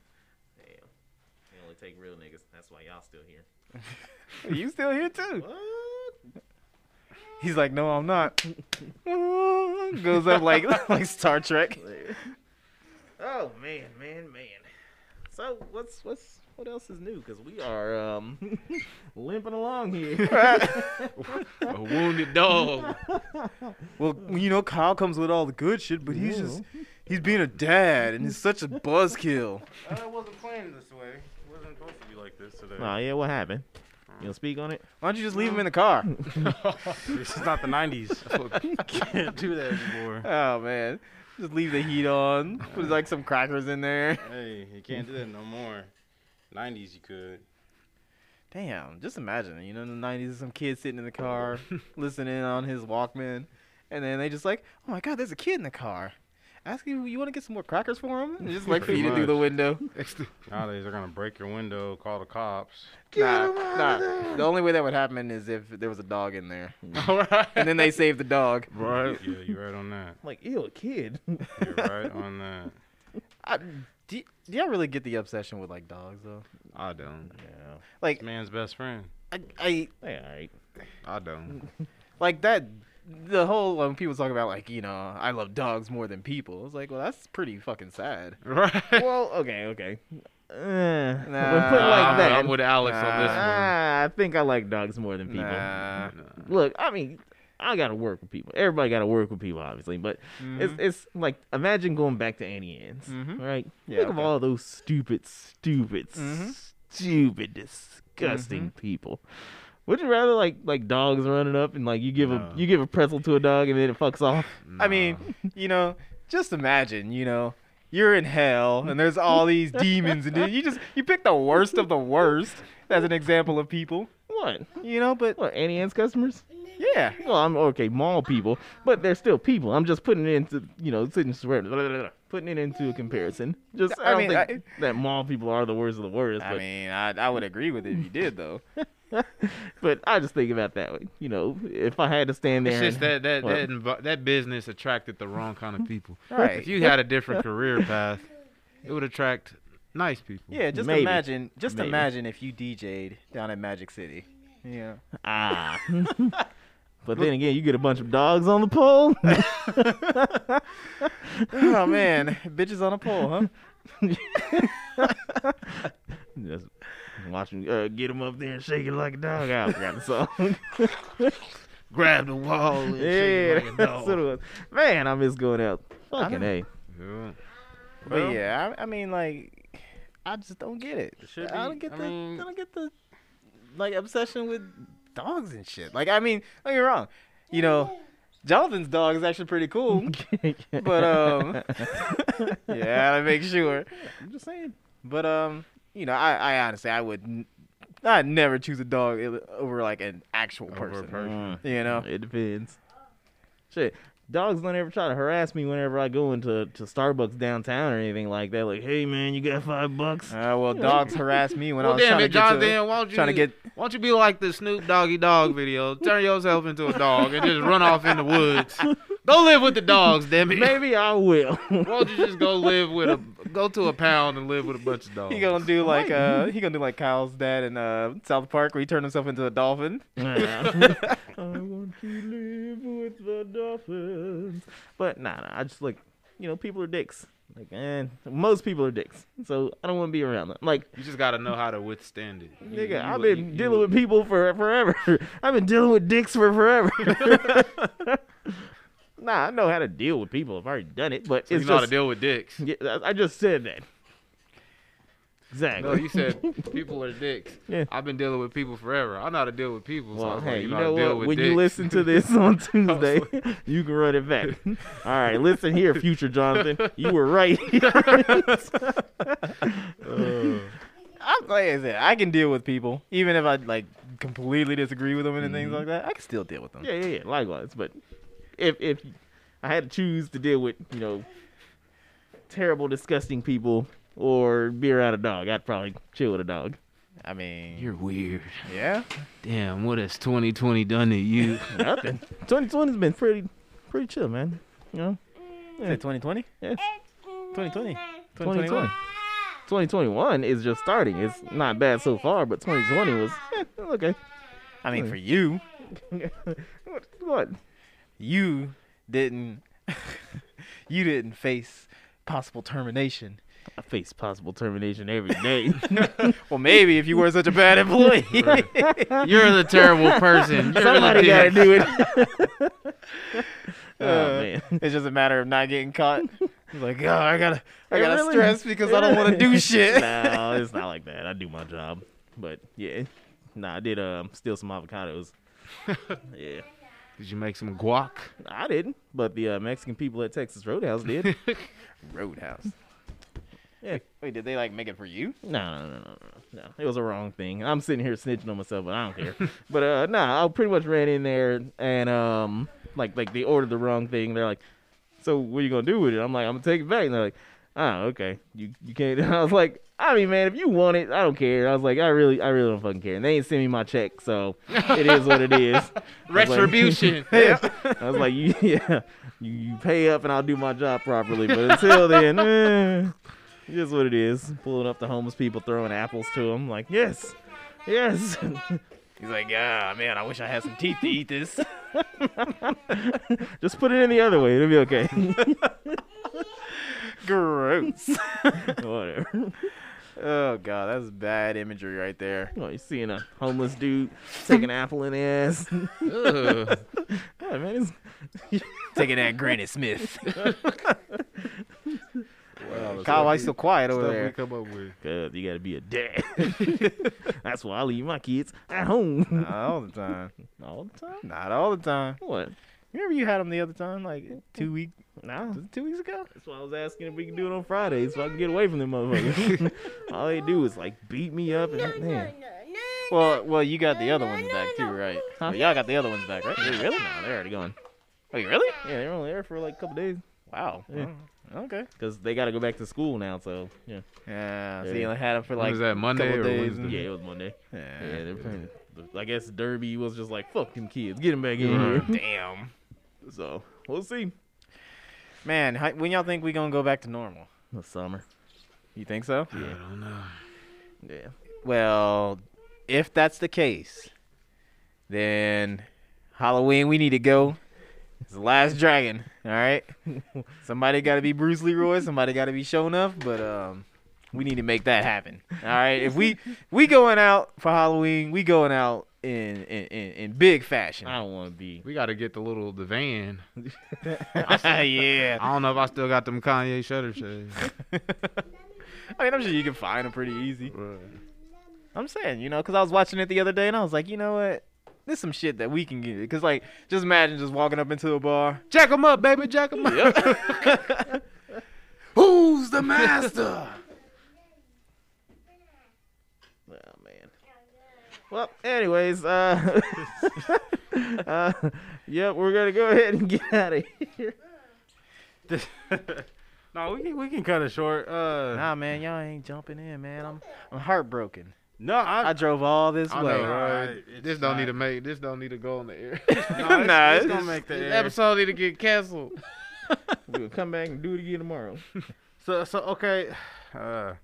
only take real niggas. That's why y'all still here. you still here too? What? He's like, no, I'm not. Goes up like like Star Trek. Oh man, man, man. So what's what's what else is new? Cause we are um limping along here. a wounded dog. Well, you know, Kyle comes with all the good shit, but he's just he's being a dad and he's such a buzzkill. I Uh, wasn't playing this way. It wasn't supposed to be like this today. oh yeah, what happened? You gonna speak on it? Why don't you just leave him in the car? This is not the 90s. Can't do that anymore. Oh man. Just leave the heat on. Put like some crackers in there. Hey, you can't do that no more. 90s, you could. Damn, just imagine, you know, in the nineties, some kid sitting in the car, listening on his Walkman, and then they just like, oh my god, there's a kid in the car. Ask you, you want to get some more crackers for him? And just like Pretty feed it through much. the window. Nowadays, they're going to break your window, call the cops. nah, nah. The only way that would happen is if there was a dog in there, All right. and then they save the dog. Right. Yeah, you're right on that. I'm like, ew, a kid. You're right on that. I, do, y- do y'all really get the obsession with like dogs though? I don't. Like, This man's best friend. I, I Hey, all right. I don't. like that. The whole when people talk about like, you know, I love dogs more than people. It's like, well, that's pretty fucking sad. Right. Well, okay, okay. Uh, when Nah. put like I'm, that, I'm with Alex on this one. Ah, I think I like dogs more than people. Nah. Look, I mean, I gotta work with people. Everybody gotta work with people, obviously. But it's Mm-hmm. it's like imagine going back to Annie Ann's, right? Yeah, Think of okay. Mm-hmm. all those stupid, stupid, stupid, disgusting people. Would you rather like like dogs running up and like you give No. a you give a pretzel to a dog and then it fucks off? I mean, you know, just imagine, you know, you're in hell and there's all these demons and you just you pick the worst of the worst as an example of people, What? you know, but What? Annie Ann's customers? yeah. Well, I'm okay, mall people, but they're still people. I'm just putting it into you know, putting blah, blah, blah, blah, putting it into a comparison. Just I, I don't mean, think that mall people are the worst of the worst, I but mean, I, I would agree with it if you did though. but I just think about that way. You know, if I had to stand It's there, just that that What? that, invo- that business attracted the wrong kind of people. Right. If you had a different career path, it would attract Nice people. Yeah, just Maybe. imagine, just Maybe. imagine if you DJ'd down at Magic City. Yeah. Ah. but then again, you get a bunch of dogs on the pole. Oh man, bitches on a pole, huh? Just watch them uh, get them up there and shake it like a dog. I forgot the song. Grab the wall. And yeah, shake it like a that's what it dog. was. Man, I miss going out. Fucking know. a. Yeah. but yeah, I, I mean, like, I just don't get it. should I don't be- get I the, mean- I don't get the, like, obsession with dogs and shit. Like, I mean, don't get me wrong, you know, Jonathan's dog is actually pretty cool, but um, yeah, I make sure. I'm just saying. But um, you know, I, I honestly, I would, n- I'd never choose a dog i- over like an actual person. Mm, You know, it depends. Shit, dogs don't ever try to harass me whenever I go into to Starbucks downtown or anything like that. Like, hey man, you got five bucks? uh, well, dogs harassed me when I Well, was damn trying it, to get Jonathan. to, why don't you trying to get Why don't you be like the Snoop Doggy Dog video? Turn yourself into a dog and just run off in the woods. Go live with the dogs, damn it. Maybe I will. Why don't you just go live with a go to a pound and live with a bunch of dogs? He gonna do like uh he gonna do like Kyle's dad in uh South Park where he turned himself into a dolphin. I want to live with the dolphins. But nah, nah, I just like, you know, people are dicks. Like, man, most people are dicks. So I don't want to be around them. Like, you just gotta know how to withstand it. You- nigga, you- I've you- been you- dealing with people for forever. I've been dealing with dicks for forever. nah, I know how to deal with people. I've already done it, but You it's know how to just, deal with dicks. yeah, I I just said that. No, Exactly. you said people are dicks. Yeah. I've been dealing with people forever. I know how to deal with people. So I Well, was like, hey, you how to know deal what? with When you dicks. listen to this on Tuesday, you can run it back. All right, listen here, future Jonathan. You were right. Uh, I'm like I said, I can deal with people even if I like completely disagree with them and things like that. I can still deal with them. Mm-hmm. yeah, yeah, yeah. Likewise, but if if I had to choose to deal with you know terrible, disgusting people or be around a dog, I'd probably chill with a dog. I mean, You're weird. yeah. Damn, what has 2020 done to you? Nothing. Twenty twenty's been pretty pretty chill, man. You know, Is it 2020? Yeah. 2020. 2020. 2021 is just starting. It's not bad so far, but 2020 was eh, okay. I mean, for you, what? what? you didn't you didn't face possible termination. I face possible termination every day. Well, maybe if you were such a bad employee. You're the terrible person. You're Somebody the gotta dick. do it. oh man. it's just a matter of not getting caught. It's like, oh, I gotta, I It gotta really- stress because I don't want to do shit. no, it's not like that. I do my job, but yeah, nah, I did um steal some avocados. yeah, Did you make some guac? I didn't, but the uh, Mexican people at Texas Roadhouse did. Roadhouse. Yeah. Wait, did they like make it for you? No, no, no, no, no, no. It was a wrong thing. I'm sitting here snitching on myself, but I don't care. but uh, nah, I pretty much ran in there and um, like like they ordered the wrong thing. They're like, so what you gonna do with it? I'm like, I'm gonna take it back. And they're like, oh, okay, you you can't. I was like, I mean, man, if you want it, I don't care. I was like, I really, I really don't fucking care. And they ain't send me my check, so it is what it is. Retribution. I was like, you, yeah, you, you pay up and I'll do my job properly. But until then, eh, it is what it is. Pulling up the homeless people, throwing apples to them. Like, yes, yes. He's like, ah, man, I wish I had some teeth to eat this. Just put it in the other way. It'll be okay. Gross. Whatever. oh god, that's bad imagery right there. Oh, you seeing a homeless dude taking an apple in the ass. Ugh. Yeah, man, it's, Taking that Granny Smith. Wow, Kyle, why you so quiet over stuff we there? come up with. good. You got to be a dad. That's why I leave my kids at home. Not all the time. All the time? Not all the time. What? Remember you had him the other time, like two week, Nah. was it two weeks ago? That's why I was asking if we can do it on Fridays so I can get away from them motherfuckers. All they do is like beat me up and man. Well, well, you got the other ones back too, right? Huh? Well, y'all got the other ones back, right? Wait, really? No, they're already gone. Wait, really? Yeah, they were only there for like a couple days Wow. Oh, Oh, Yeah. Okay. because they got to go back to school now. So yeah, Yeah. So Yeah. you only had him for When like was that Monday couple or days Wednesday? and- yeah, it was Monday. Yeah, Mm-hmm. Yeah. they're playing. I guess Derby was just like fuck them kids, get them back in here. Damn. So we'll see. Man, how, when y'all think we gonna go back to normal? The summer. You think so? I don't know. Yeah. Well, if that's the case, then Halloween we need to go. It's the last dragon, all right? somebody got to be Bruce Leroy, somebody got to be shown up, but um we need to make that happen. All right? If we we going out for Halloween, we going out in in in, in big fashion. I don't want to be. We got to get the little the van. yeah. I don't know if I still got them Kanye shutter shades. I mean, I'm sure you can find them pretty easy. I'm saying, you know, because I was watching it the other day and I was like, you know what? There's some shit that we can get. Because, like, just imagine just walking up into a bar. Oh, Jack them up, baby. Jack them up. Who's the master? Oh man. Well, anyways, uh, uh, yep, we're gonna go ahead and get out of here. no, we can, we can cut it short. Uh, nah, man, y'all ain't jumping in, man. I'm I'm heartbroken. No, I, I drove all this I way. know, right? Alright, it's This don't not- need to make. This don't need to go on the air. no, it's, Nah, it's it's- gonna make the This air. episode need to get canceled. We'll come back and do it again tomorrow. So so okay. Uh,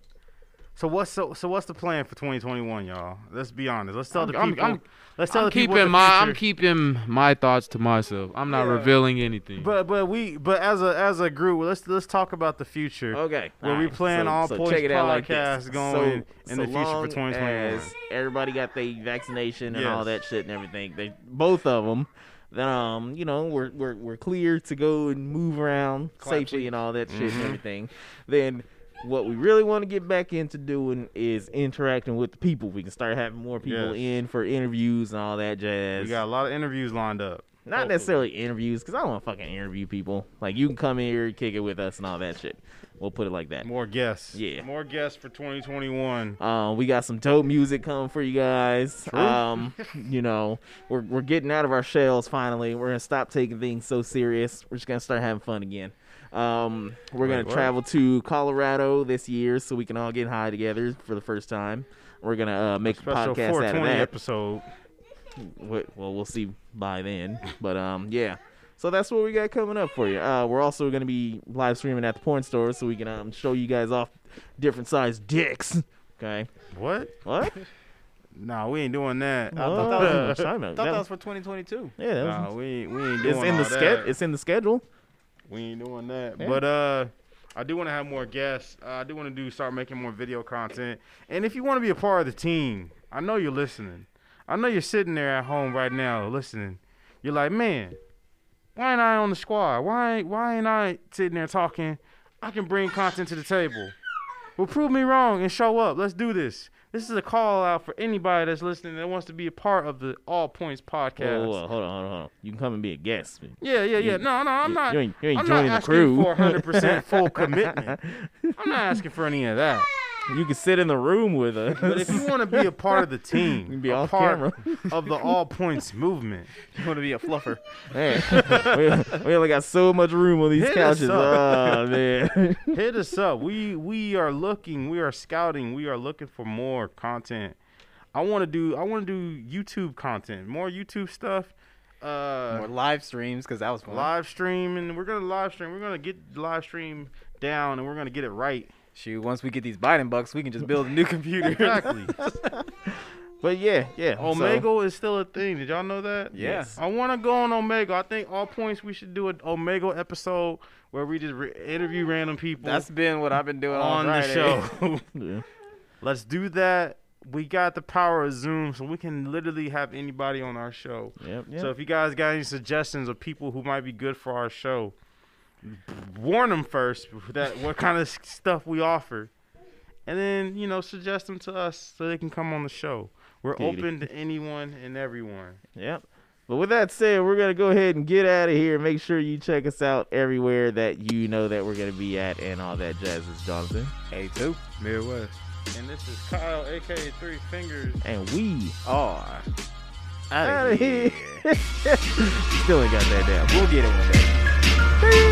so what's so so what's the plan for 2021, y'all? Let's be honest. Let's tell I'm- the I'm- people. I'm- let's tell I'm the people what keeping the my. I'm future- keeping my thoughts to myself. I'm not Yeah. revealing anything. But but we but as a as a group, let's let's talk about the future. Oh, Okay. Where we alright, plan so, all so points check it out like this. podcasts going So- in the so future for long 2021. as Everybody got their vaccination and Yes. all that shit and everything. They both of them. Then um, you know, we're we're we're clear to go and move around safely and all that shit Mm-hmm. and everything. Then what we really want to get back into doing is interacting with the people. We can start having more people Yes. in for interviews and all that jazz. we got a lot of interviews lined up. Not necessarily interviews, because I don't want to fucking interview people. Like you can come in here, kick it with us, and all that shit. We'll put it like that. More guests. Yeah. More guests for 2021. Um, we got some dope music coming for you guys. Um, you know, we're we're getting out of our shells finally. We're gonna stop taking things so serious. We're just gonna start having fun again. Um, we're gonna what? travel to Colorado this year so we can all get high together for the first time. We're gonna uh, make a Special podcast out of 420 that. episode. Wh- Well, we'll see by then. But um, yeah. So that's what we got coming up for you. Uh, we're also gonna be live streaming at the porn store so we can um show you guys off different sized dicks. Okay. What? What? Nah, we ain't doing that. I thought that was in China. thought That that was- was for 2022. yeah, that was- Nah, we we ain't doing it's in the all that. ske- It's in the schedule. We ain't doing that. But uh, I do want to have more guests. Uh, I do want to do start making more video content. And if you want to be a part of the team, I know you're listening. I know you're sitting there at home right now listening. You're like, man, why ain't I on the squad? Why ain't why ain't I sitting there talking? I can bring content to the table. Well, prove me wrong and show up. Let's do this. This is a call out for anybody that's listening that wants to be a part of the All Points podcast. Whoa, whoa, whoa, hold on, hold on, hold on. You can come and be a guest. man. Yeah, yeah, yeah. No, no, I'm you- not. you ain't- you ain't I'm joining the not asking crew. for 100 percent full commitment. I'm not asking for any of that. You can sit in the room with us. But if you want to be a part of the team, can be a off part camera. of the all points movement, You want to be a fluffer. man, we, we only got so much room on these Hit us couches. up. Oh man. hit us up. We we are looking, we are scouting, we are looking for more content. I want to do I want to do YouTube content, more YouTube stuff. Uh, Or live streams, because that was Mm-hmm. fun. live stream, and we're gonna live stream. We're gonna get the live stream down, and we're gonna get it right. Shoot, once we get these Biden bucks, we can just build a new computer. Exactly. But yeah, yeah. so- Omega is still a thing. Did y'all know that? Yeah. Yes. I want to go on Omega. I think all points we should do an Omega episode where we just re- interview random people That's eh? been what I've been doing on, on the Friday. show. Yeah. Let's do that. We got the power of Zoom, so we can literally have anybody on our show. Yep, yep. So if you guys got any suggestions of people who might be good for our show, warn them first that what kind of stuff we offer, and then you know suggest them to us so they can come on the show. We're Giggity. open to anyone and everyone. Yep. But with that said, we're gonna go ahead and get out of here. Make sure you check us out everywhere that you know that we're gonna be at and all that jazz is Jonathan. A2. Midwest. And this is Kyle, aka Three Fingers. And we R. Oh, out of here. Still ain't got that down. We'll get it one day. Peace.